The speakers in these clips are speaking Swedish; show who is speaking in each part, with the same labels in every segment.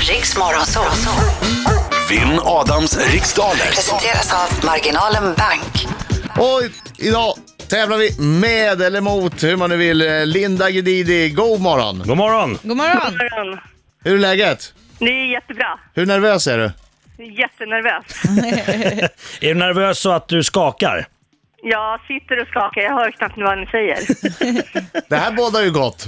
Speaker 1: Riks Morgonzoo.
Speaker 2: Vinn Adams riksdaler.
Speaker 1: Presenteras av Marginalen Bank.
Speaker 3: Och i- idag tävlar vi med eller mot, hur man nu vill, eh, Linda Gedidi. God morgon!
Speaker 4: God morgon!
Speaker 5: God morgon!
Speaker 6: morgon.
Speaker 3: Hur är läget?
Speaker 6: Det är jättebra.
Speaker 3: Hur nervös är du?
Speaker 6: Jättenervös.
Speaker 4: Är du nervös så att du skakar?
Speaker 6: Jag sitter och skakar. Jag hör knappt vad ni säger.
Speaker 3: Det här bådar ju gott.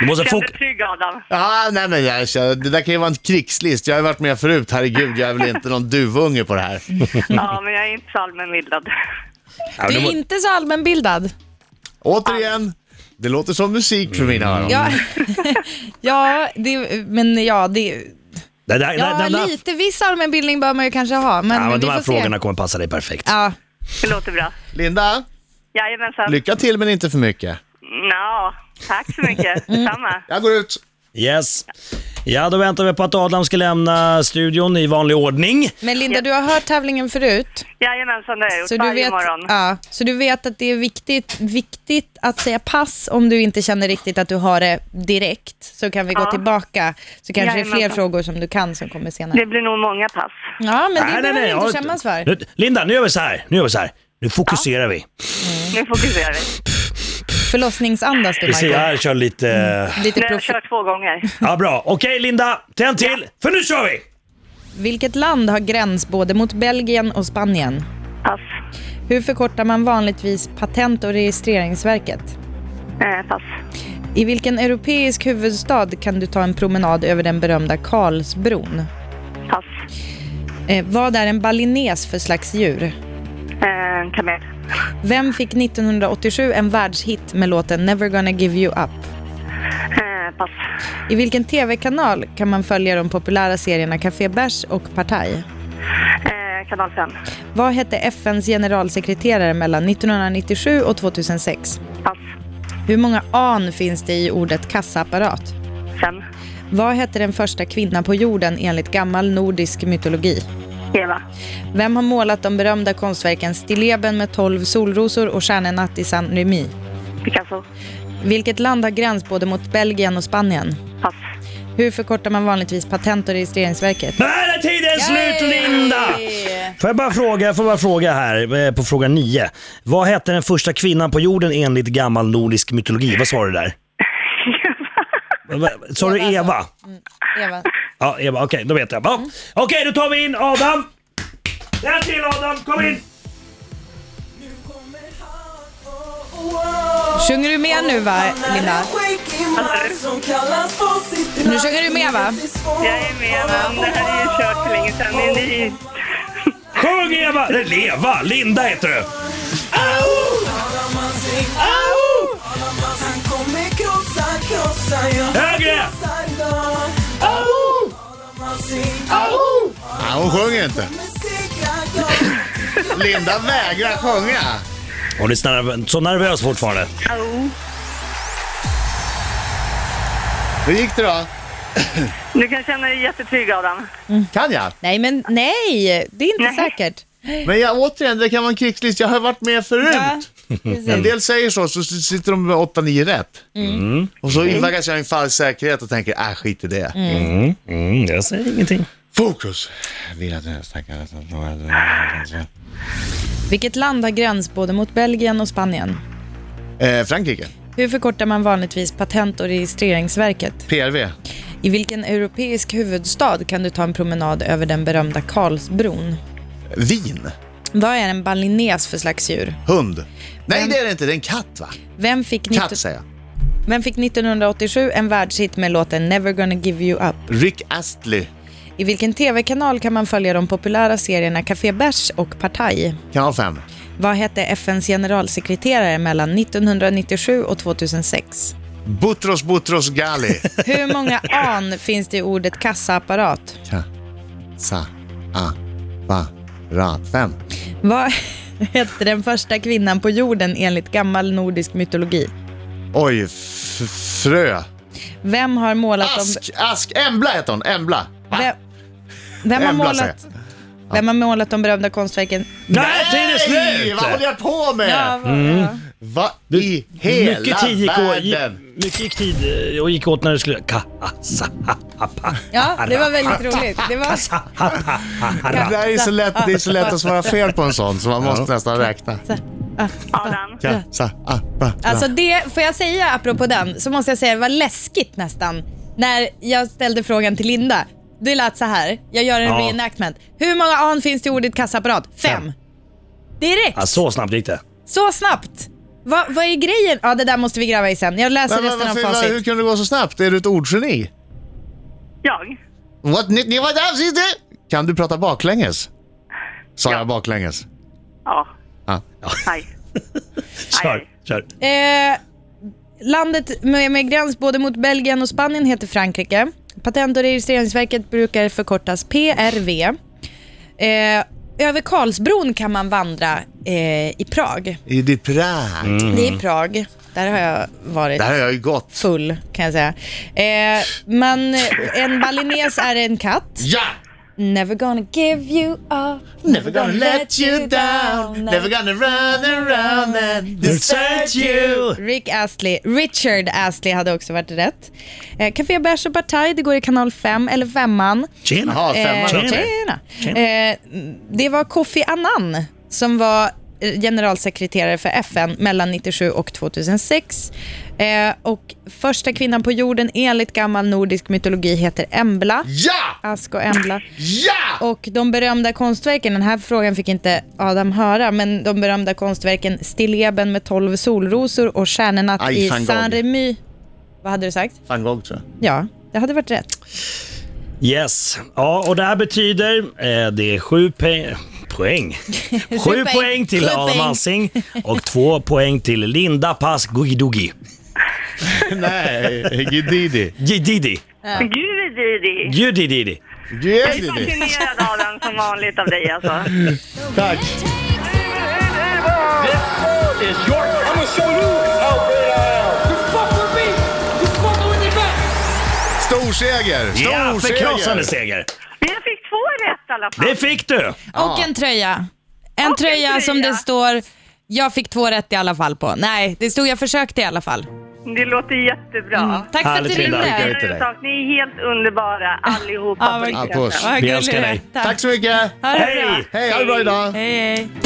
Speaker 4: Du måste,
Speaker 6: Känner du
Speaker 4: fok-
Speaker 6: dig trygg, Adam?
Speaker 3: Ah, nej men jag, känner- det där kan ju vara en krigslist. Jag har ju varit med förut, herregud. Jag är väl inte någon duvunge på det här.
Speaker 6: Ja, men jag är inte så allmänbildad.
Speaker 4: ja,
Speaker 5: Du
Speaker 4: du
Speaker 5: är
Speaker 4: må-
Speaker 5: inte så allmänbildad.
Speaker 3: Återigen, det låter som musik för mina öron.
Speaker 5: Ja, ja det, men ja, det,
Speaker 4: det, där-
Speaker 5: ja
Speaker 4: det- det- det-
Speaker 5: lite viss allmänbildning bör man ju kanske ha, men,
Speaker 4: ja, men
Speaker 5: vi
Speaker 4: de
Speaker 5: får
Speaker 4: här frågorna
Speaker 5: se.
Speaker 4: kommer passa dig perfekt.
Speaker 5: Ja,
Speaker 6: Det låter bra.
Speaker 3: Linda,
Speaker 6: Jajamensan.
Speaker 3: lycka till men inte för mycket.
Speaker 6: Nå, tack så mycket.
Speaker 5: Mm.
Speaker 6: Detsamma.
Speaker 3: Jag går ut.
Speaker 4: Yes. Ja, då väntar vi på att Adam ska lämna studion i vanlig ordning.
Speaker 5: men Linda, du har hört tävlingen förut.
Speaker 6: Jajamensan, det har jag gjort
Speaker 5: Så du,
Speaker 6: varje
Speaker 5: vet,
Speaker 6: morgon.
Speaker 5: ja, så du vet att det är viktigt, viktigt att säga pass om du inte känner riktigt att du har det direkt. Så kan vi gå
Speaker 6: Ja.
Speaker 5: tillbaka, så kanske det är fler
Speaker 6: Jajamensan.
Speaker 5: frågor som du kan som kommer senare.
Speaker 6: Det blir nog många pass.
Speaker 5: Ja, men det
Speaker 4: Nej, nej,
Speaker 5: behöver
Speaker 4: nej,
Speaker 5: du inte
Speaker 4: ja,
Speaker 5: skämmas för.
Speaker 4: Nu, Linda, nu gör vi så här. Nu gör vi så här. Nu fokuserar vi.
Speaker 5: Mm.
Speaker 6: Nu fokuserar vi.
Speaker 5: Förlossningsandas du,
Speaker 4: Vi ser,
Speaker 5: Michael.
Speaker 4: jag kör lite...
Speaker 5: Lite
Speaker 6: Nu har jag
Speaker 5: proff.
Speaker 6: kört två gånger.
Speaker 4: Ja, bra. Okej, Linda. Tänd till, för nu kör vi!
Speaker 5: Vilket land har gräns både mot Belgien och Spanien?
Speaker 6: Pass.
Speaker 5: Hur förkortar man vanligtvis Patent och registreringsverket?
Speaker 6: Eh, pass.
Speaker 5: I vilken europeisk huvudstad kan du ta en promenad över den berömda Karlsbron?
Speaker 6: Pass.
Speaker 5: Eh, vad är en balines för slags djur?
Speaker 6: Eh, kamel.
Speaker 5: Vem fick 1987 en världshit med låten Never gonna give you up?
Speaker 6: Eh, pass.
Speaker 5: I vilken tv-kanal kan man följa de populära serierna Café Bärs och Partaj?
Speaker 6: Eh, kanal 5.
Speaker 5: Vad hette FNs generalsekreterare mellan 1997 och 2006?
Speaker 6: Pass.
Speaker 5: Hur många an finns det i ordet kassaapparat?
Speaker 6: Fem.
Speaker 5: Vad hette den första kvinnan på jorden enligt gammal nordisk mytologi?
Speaker 6: Eva.
Speaker 5: Vem har målat de berömda konstverken Stilleben med 12 solrosor och Stjärnenatt i San Remi?
Speaker 6: Picasso.
Speaker 5: Vilket land har gräns både mot Belgien och Spanien?
Speaker 6: Pass.
Speaker 5: Hur förkortar man vanligtvis Patent och registreringsverket?
Speaker 4: Där är tiden slut, Linda!
Speaker 5: Yay!
Speaker 4: Får jag bara fråga, jag får bara fråga här eh, på fråga nio. Vad hette den första kvinnan på jorden enligt gammal nordisk mytologi? Vad sa du där? Va- va- Sa du
Speaker 5: Eva. Mm.
Speaker 4: Eva?
Speaker 5: Eva.
Speaker 4: Ja, Eva. Okej, då vet jag. Ja. Okej, då tar vi in Adam. Där till Adam, kom in!
Speaker 5: Sjunger du med nu va, Linda? Nu sjunger du med va?
Speaker 6: Jag är med, men det här är ju kört för länge sedan. Det är ny.
Speaker 4: Sjung Eva! Nej, Leva! Linda heter du. Au! Au! Högre! Au! Au!
Speaker 3: Ah, hon sjunger inte. Linda vägrar sjunga.
Speaker 4: Hon är så nerv- så nervös fortfarande.
Speaker 6: Au.
Speaker 3: Hur gick det då?
Speaker 6: Du kan känna dig jättetrygg, Adam.
Speaker 3: Kan jag?
Speaker 5: Nej men nej, det är inte
Speaker 6: Nej.
Speaker 5: säkert.
Speaker 3: Men jag, återigen, det kan vara en krigslist. Jag har varit med förut.
Speaker 5: Ja,
Speaker 3: En
Speaker 5: precis.
Speaker 3: del säger så, så sitter de med 8-9 rätt. Och så invaggas jag i en falsk säkerhet och tänker, äh, skit i det.
Speaker 4: Mm, jag säger ingenting.
Speaker 3: Fokus!
Speaker 5: Vilket land har gräns både mot Belgien och Spanien?
Speaker 3: Eh, Frankrike,
Speaker 5: Hur förkortar man vanligtvis Patent och registreringsverket?
Speaker 3: PRV.
Speaker 5: I vilken europeisk huvudstad kan du ta en promenad över den berömda Karlsbron?
Speaker 3: Vin.
Speaker 5: Vad är en balines för slags djur?
Speaker 3: Hund. Nej, det är det inte. Det är en katt, va?
Speaker 5: Vem fick,
Speaker 3: Katt,
Speaker 5: 19-
Speaker 3: säger jag.
Speaker 5: Vem fick 1987 en världshit med låten Never gonna give you up?
Speaker 3: Rick Astley.
Speaker 5: I vilken tv-kanal kan man följa de populära serierna Café Bärs och Partaj?
Speaker 3: Kanal 5.
Speaker 5: Vad hette FNs generalsekreterare mellan 1997 och 2006?
Speaker 3: Butros Butros Ghali.
Speaker 5: Hur många an finns det i ordet kassaapparat?
Speaker 3: Ka, sa, a, ba, ra. Fem.
Speaker 5: Vad hette den första kvinnan på jorden enligt gammal nordisk mytologi?
Speaker 3: Oj, f- frö.
Speaker 5: Vem har målat de...
Speaker 3: Ask, ask. Embla heter hon. Embla.
Speaker 5: Vem, vem, har
Speaker 3: Embla,
Speaker 5: målat,
Speaker 3: säger
Speaker 5: vem har målat de berömda konstverken?
Speaker 4: Nej, tiden är
Speaker 3: Nej,
Speaker 4: slut!
Speaker 3: vad håller jag på med?
Speaker 5: Ja, Mm. vad- ja.
Speaker 3: Vad i hela
Speaker 4: mycket tid gick åt, gick,
Speaker 3: världen?
Speaker 4: mycket gick tid eh, och gick åt när det skulle... Kasahapa.
Speaker 5: Ja, det var väldigt roligt. Det var...
Speaker 3: Det där är så lätt, det är så lätt att svara fel på en sån så man måste nästan räkna. ah,
Speaker 6: Adam.
Speaker 3: Kassa, appa,
Speaker 5: Alltså det, får jag säga apropå den, så måste jag säga det var läskigt nästan när jag ställde frågan till Linda. Det lät så här, jag gör en
Speaker 4: Ja.
Speaker 5: reenactment. Hur många an finns det i ordet kassaapparat? Fem.
Speaker 4: Fem.
Speaker 5: Direkt,
Speaker 4: Ja, så snabbt gick det.
Speaker 5: så snabbt. Va, vad är grejen? Ja, det där måste vi gräva i sen. Jag läser
Speaker 3: Men, men,
Speaker 5: resten av
Speaker 3: varför, var, hur
Speaker 5: facit.
Speaker 3: kunde det gå så snabbt? Är du ett ordgeni?
Speaker 6: Jag.
Speaker 3: What, ni, ni var där, sitter- Kan du prata baklänges? Sa jag baklänges?
Speaker 6: Ja.
Speaker 3: Ja.
Speaker 6: Nej.
Speaker 4: Kör, kör.
Speaker 5: Eh, landet med, med gräns både mot Belgien och Spanien heter Frankrike. Patent och registreringsverket brukar förkortas PRV. Eh, över Karlsbron kan man vandra eh, i Prag.
Speaker 3: I ditt prat.
Speaker 4: Mm.
Speaker 5: Det är Prag. Där har jag varit
Speaker 3: Det här Mhm. har jag ju gått.
Speaker 5: full, kan jag säga. Eh, men en balines är en katt.
Speaker 3: Ja!
Speaker 5: Never gonna give you up.
Speaker 3: Never gonna let you down Never gonna run around and desert you
Speaker 5: Rick Astley, Richard Astley hade också varit rätt. Eh, Café Bärs och Partaj, det går i kanal 5 eller 5an.
Speaker 4: Tjena.
Speaker 3: Jaha,
Speaker 5: Eh,
Speaker 3: femman
Speaker 4: Tjena.
Speaker 3: också.
Speaker 5: tjena. Eh, det var Kofi Annan som var eh, generalsekreterare för FN mellan 97 och 2006. Eh, och första kvinnan på jorden enligt gammal nordisk mytologi heter Embla.
Speaker 3: Ja!
Speaker 5: Ask och Embla.
Speaker 3: Ja!
Speaker 5: Och de berömda konstverken, den här frågan fick inte Adam höra, men de berömda konstverken Stilleben med 12 solrosor och Stjärnenatt
Speaker 3: Aj,
Speaker 5: i
Speaker 3: van Gogh.
Speaker 5: San Remy. Vad hade du sagt?
Speaker 3: Van Gogh tror jag.
Speaker 5: Ja, det hade varit rätt.
Speaker 4: Yes. Ja, och det här betyder... Eh, det är sju pe- poäng. Sju
Speaker 5: poäng.
Speaker 4: poäng till
Speaker 5: Sju
Speaker 4: Adam
Speaker 5: poäng.
Speaker 4: Alsing och två poäng till Linda Pass Guidogi.
Speaker 3: Nej, Gudidi.
Speaker 4: Gididi.
Speaker 6: Gud, Didi.
Speaker 4: Gudididi.
Speaker 3: Gudidi.
Speaker 6: Fascinerad Adam som vanligt av dig alltså.
Speaker 3: Tack.
Speaker 7: I'm gonna show you how great I am. You fuck with me, you fucking with your back.
Speaker 3: Storseger.
Speaker 4: Ja,
Speaker 3: Storseger.
Speaker 4: förkrossande seger.
Speaker 6: Men jag fick två rätt i alla fall.
Speaker 4: Det fick du.
Speaker 5: Och en tröja. En
Speaker 6: Och en
Speaker 5: tröja som
Speaker 6: tröja.
Speaker 5: det står jag fick två rätt i alla fall på. Nej, det stod jag försökte i alla fall.
Speaker 6: Det låter jättebra.
Speaker 5: Mm. Tack
Speaker 4: Härligt,
Speaker 5: för att du
Speaker 4: Linda.
Speaker 5: ringde.
Speaker 3: Tack till dig.
Speaker 6: Sak, Ni är helt underbara allihopa.
Speaker 5: Ja,
Speaker 6: på
Speaker 5: vad-
Speaker 3: Ja,
Speaker 6: riktigt,
Speaker 3: puss.
Speaker 5: Vad
Speaker 4: Vi
Speaker 5: gullig
Speaker 4: älskar
Speaker 5: du är.
Speaker 4: dig.
Speaker 3: Tack så mycket.
Speaker 5: Ha det bra.
Speaker 4: Hej!
Speaker 3: Hej, ha det bra idag.
Speaker 5: Hej, hej.